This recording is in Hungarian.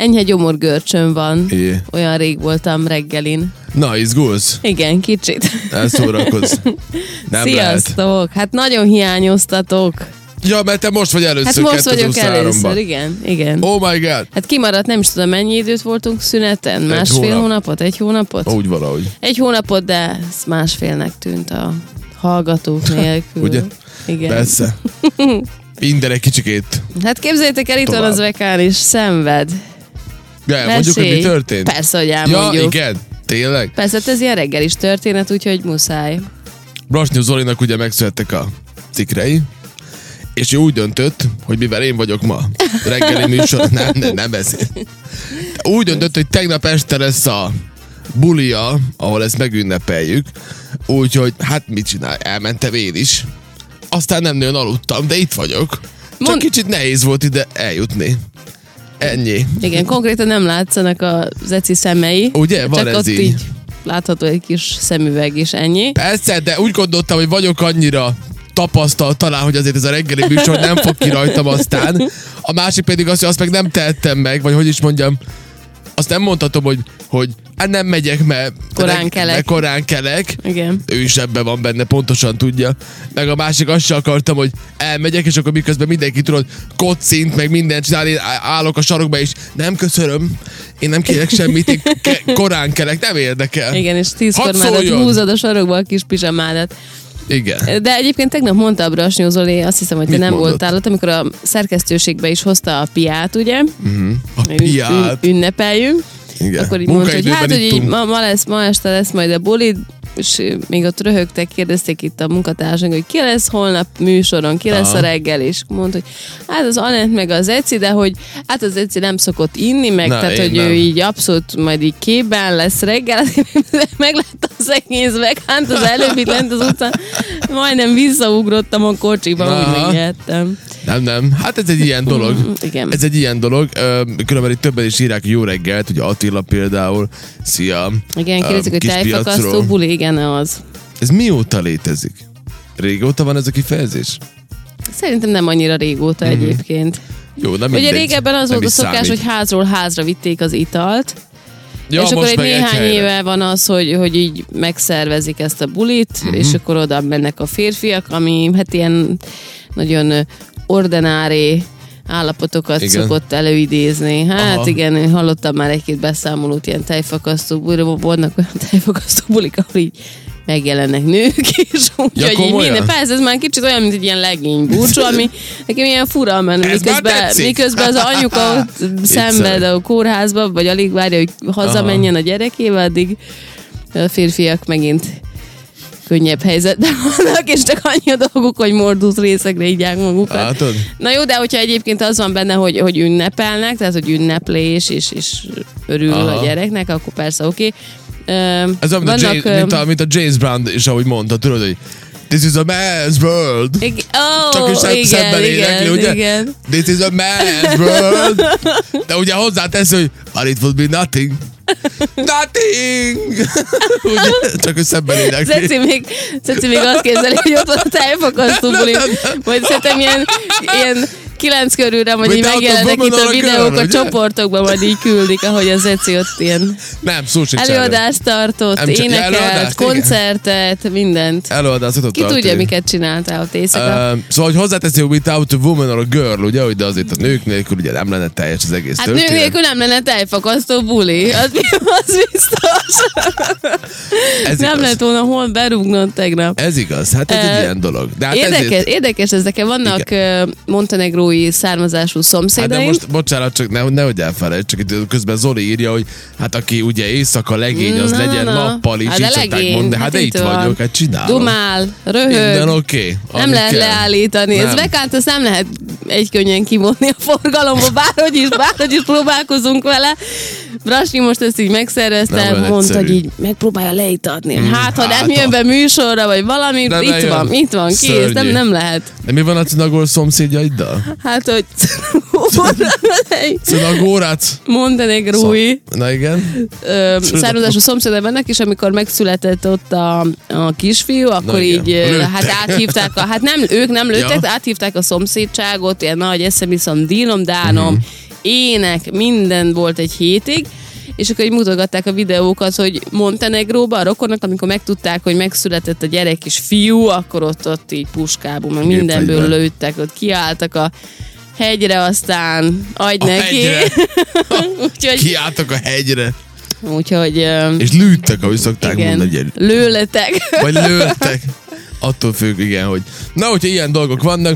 Enyhe gyomorgörcsön van. Jé. Olyan rég voltam reggelin. Na, izgulsz? Igen, kicsit. Elszórakozz. Nem lehet. Sziasztok! Hát nagyon hiányoztatok. Ja, mert te most vagy először Hát most 2023-ban. vagyok először, igen, igen. Oh my god. Hát kimaradt, nem is tudom, mennyi időt voltunk szüneten, másfél hónap. hónapot, egy hónapot? Úgy valahogy. Egy hónapot, de ez másfélnek tűnt a hallgatók nélkül. Ugye? Igen. Persze. Minden egy kicsikét. Hát képzeljétek el, itt van Tovább. az vekán is, szenved. Ja, mondjuk, hogy mi Mesélj. történt. Persze, hogy ja, elmondjuk. igen. Tényleg? Persze, hát ez ilyen reggel is történet, úgyhogy muszáj. Brasnyó Zolinak ugye megszülettek a cikrei, és ő úgy döntött, hogy mivel én vagyok ma reggeli műsor, nem, nem, nem ez. Úgy döntött, hogy tegnap este lesz a bulia, ahol ezt megünnepeljük, úgyhogy hát mit csinál, elmentem én is. Aztán nem nagyon aludtam, de itt vagyok. Csak Mond- kicsit nehéz volt ide eljutni. Ennyi. Igen, konkrétan nem látszanak az eci szemei. Ugye? Van csak ez ott így. így látható egy kis szemüveg is ennyi. Persze, de úgy gondoltam, hogy vagyok annyira tapasztalt talán, hogy azért ez a reggeli műsor nem fog ki rajtam aztán. A másik pedig az, hogy azt meg nem tehettem meg, vagy hogy is mondjam, azt nem mondhatom, hogy, hogy hát nem megyek, mert Korán reg- kelek. Mert korán kelek. Igen. Ő is ebben van benne, pontosan tudja. Meg a másik azt se akartam, hogy elmegyek, és akkor miközben mindenki tudod, kocint, meg mindent csinál, én á- állok a sarokba, és nem köszönöm, én nem kérek semmit, én ke- korán kelek, nem érdekel. Igen, és tízkor Hadd már ott szóljon! húzod a sarokba a kis pizsamádat. Igen. De egyébként tegnap mondta a Brasnyó Zoli, azt hiszem, hogy te Mit nem mondott? voltál ott, amikor a szerkesztőségbe is hozta a piát, ugye? A Ün- piát. ün- Ünnepeljünk. Igen. Akkor így mondta, hogy hát, hogy így ittunk. ma, ma, lesz, ma este lesz majd a buli, és még ott röhögtek, kérdezték itt a munkatársak, hogy ki lesz holnap műsoron, ki lesz Aha. a reggel, és mondta, hogy hát az Anett meg az Eci, de hogy hát az Eci nem szokott inni, meg Na, tehát, én hogy nem. ő így abszolút majd így képben lesz reggel, meglátta az egész vegánt az előbb itt lent az utcán, majdnem visszaugrottam a kocsiba, Na. úgy megijedtem. Nem, nem. Hát ez egy ilyen dolog. Igen. Ez egy ilyen dolog. Ö, Különben itt többen is írják jó reggelt, ugye Attila például. Szia. Igen, Ö, kérdezik, hogy kis tejfakasztó piacról. buli, igen az. Ez mióta létezik? Régóta van ez a kifejezés? Szerintem nem annyira régóta egyébként. Jó, nem Ugye Mhm. mindegy. régebben az Nem volt a is szokás, számít. hogy házról házra vitték az italt, ja, és akkor most egy meg néhány helyre. éve van az, hogy, hogy így megszervezik ezt a bulit, Mhm. és akkor oda mennek a férfiak, ami hát ilyen nagyon ö, ordinári állapotokat Igen. igen. szokott előidézni. Hát Aha. Aha. igen, én hallottam már egy-két beszámolót ilyen tejfakasztó bulira, vannak olyan tejfakasztó bulik, ahol így megjelennek nők, és úgy, Ja, hogy így komolyan? minden. Persze, ez már kicsit olyan, mint egy ilyen legény búcsú, ami nekem ilyen fura menő, Ez már miközben, tetszik. miközben az anyuka ott szenved a kórházba, vagy alig várja, hogy hazamenjen a gyerekével, addig a férfiak megint könnyebb helyzetben vannak, és csak annyi a dolguk, hogy mordult részekre így magukat. Látod? Na jó, de hogyha egyébként az van benne, hogy, hogy ünnepelnek, tehát hogy ünneplés, és, és örül Aha. a gyereknek, akkor persze oké. Okay. Ez olyan, mint, a James, mint, a, mint a James Brown is, ahogy mondta, tudod, hogy This is a man's world. igen, oh, Csak is igen, szemben igen, énekli, ugye? Igen. This is a man's world. De ugye hozzátesz, hogy and it would be nothing. Nothing! ugye? Csak hogy szemben énekli. Ceci még, Ceci még azt képzeli, hogy ott van a tájfakasztó Nem, buli. nem, nem. Majd szerintem ilyen, ilyen kilenc körülre, vagy így Without a megjelennek itt woman a or a videók girl, a ugye? csoportokban, majd így küldik, ahogy az Eci ott ilyen Nem, szó sincs erről. előadást tartott, Nem csak- ja, énekelt, előadást, igen. koncertet, mindent. Előadást tudott Ki tudja, tartani. miket csináltál ott éjszaka. Hát Ö, szóval, hogy hozzáteszi, hogy without a woman or a girl, ugye, hogy de azért a nők nélkül ugye nem lenne teljes az egész Hát nő történet. nélkül nem lenne tejfakasztó buli, az, az biztos. ez nem igaz. lett volna hol berúgnod tegnap. Ez igaz, hát ez egy Ö, ilyen dolog. De hát Érdekes, ezért... érdekes ez nekem. Vannak ö, montenegrói származású Hát de szomszédaim. most, bocsánat, csak ne, nehogy elfelejtsd, csak itt közben Zoli írja, hogy hát aki ugye éjszaka legény, az Na, na, legyen na. nappal is, Hát így de szokták legény, mondani. Hát hát de itt itt van. vagyok, hát csinálom. Dumál, Minden röhög. oké. Nem ami lehet kell. leállítani. Ez Nem. vekánt, ezt nem lehet egy könnyen kivonni a forgalomba, bárhogy is, bárhogy is próbálkozunk vele. Brasnyi most ezt így Nem megszervezte, olyan mondta, egyszerű. hogy így megpróbálja leítatni. Mm, hát, ha nem hát, ha. jön be műsorra, vagy valami, Nem itt eljön. van, itt van, kész, Szörnyű. nem, nem lehet. De mi van a cinagor szomszédjaiddal? Hát, hogy Cinagórát? Montenegrói Na igen. ö, származású szomszédem ennek, és amikor megszületett ott a, a kisfiú, akkor igen. így ö, Lőttek. hát áthívták, a, hát nem, ők nem lőttek, Ja. Mhm. ja. áthívták a szomszédságot, ilyen nagy eszemiszom, dínom, dánom, ének, minden volt egy hétig, és akkor így mutogatták a videókat, hogy Montenegróban a rokonnak, amikor megtudták, hogy megszületett a gyerek és fiú, akkor ott, ott így puskából, meg Gépfegyver. mindenből lőttek, ott kiálltak a hegyre, aztán adj A neki. hegyre. úgyhogy, Kiálltak a hegyre, úgyhogy öm, és lőttek, ahogy szokták igen. mondani. igen, gyere- lőletek. Vagy lőttek. Attól függ, igen, hogy... Na, hogyha ilyen dolgok vannak,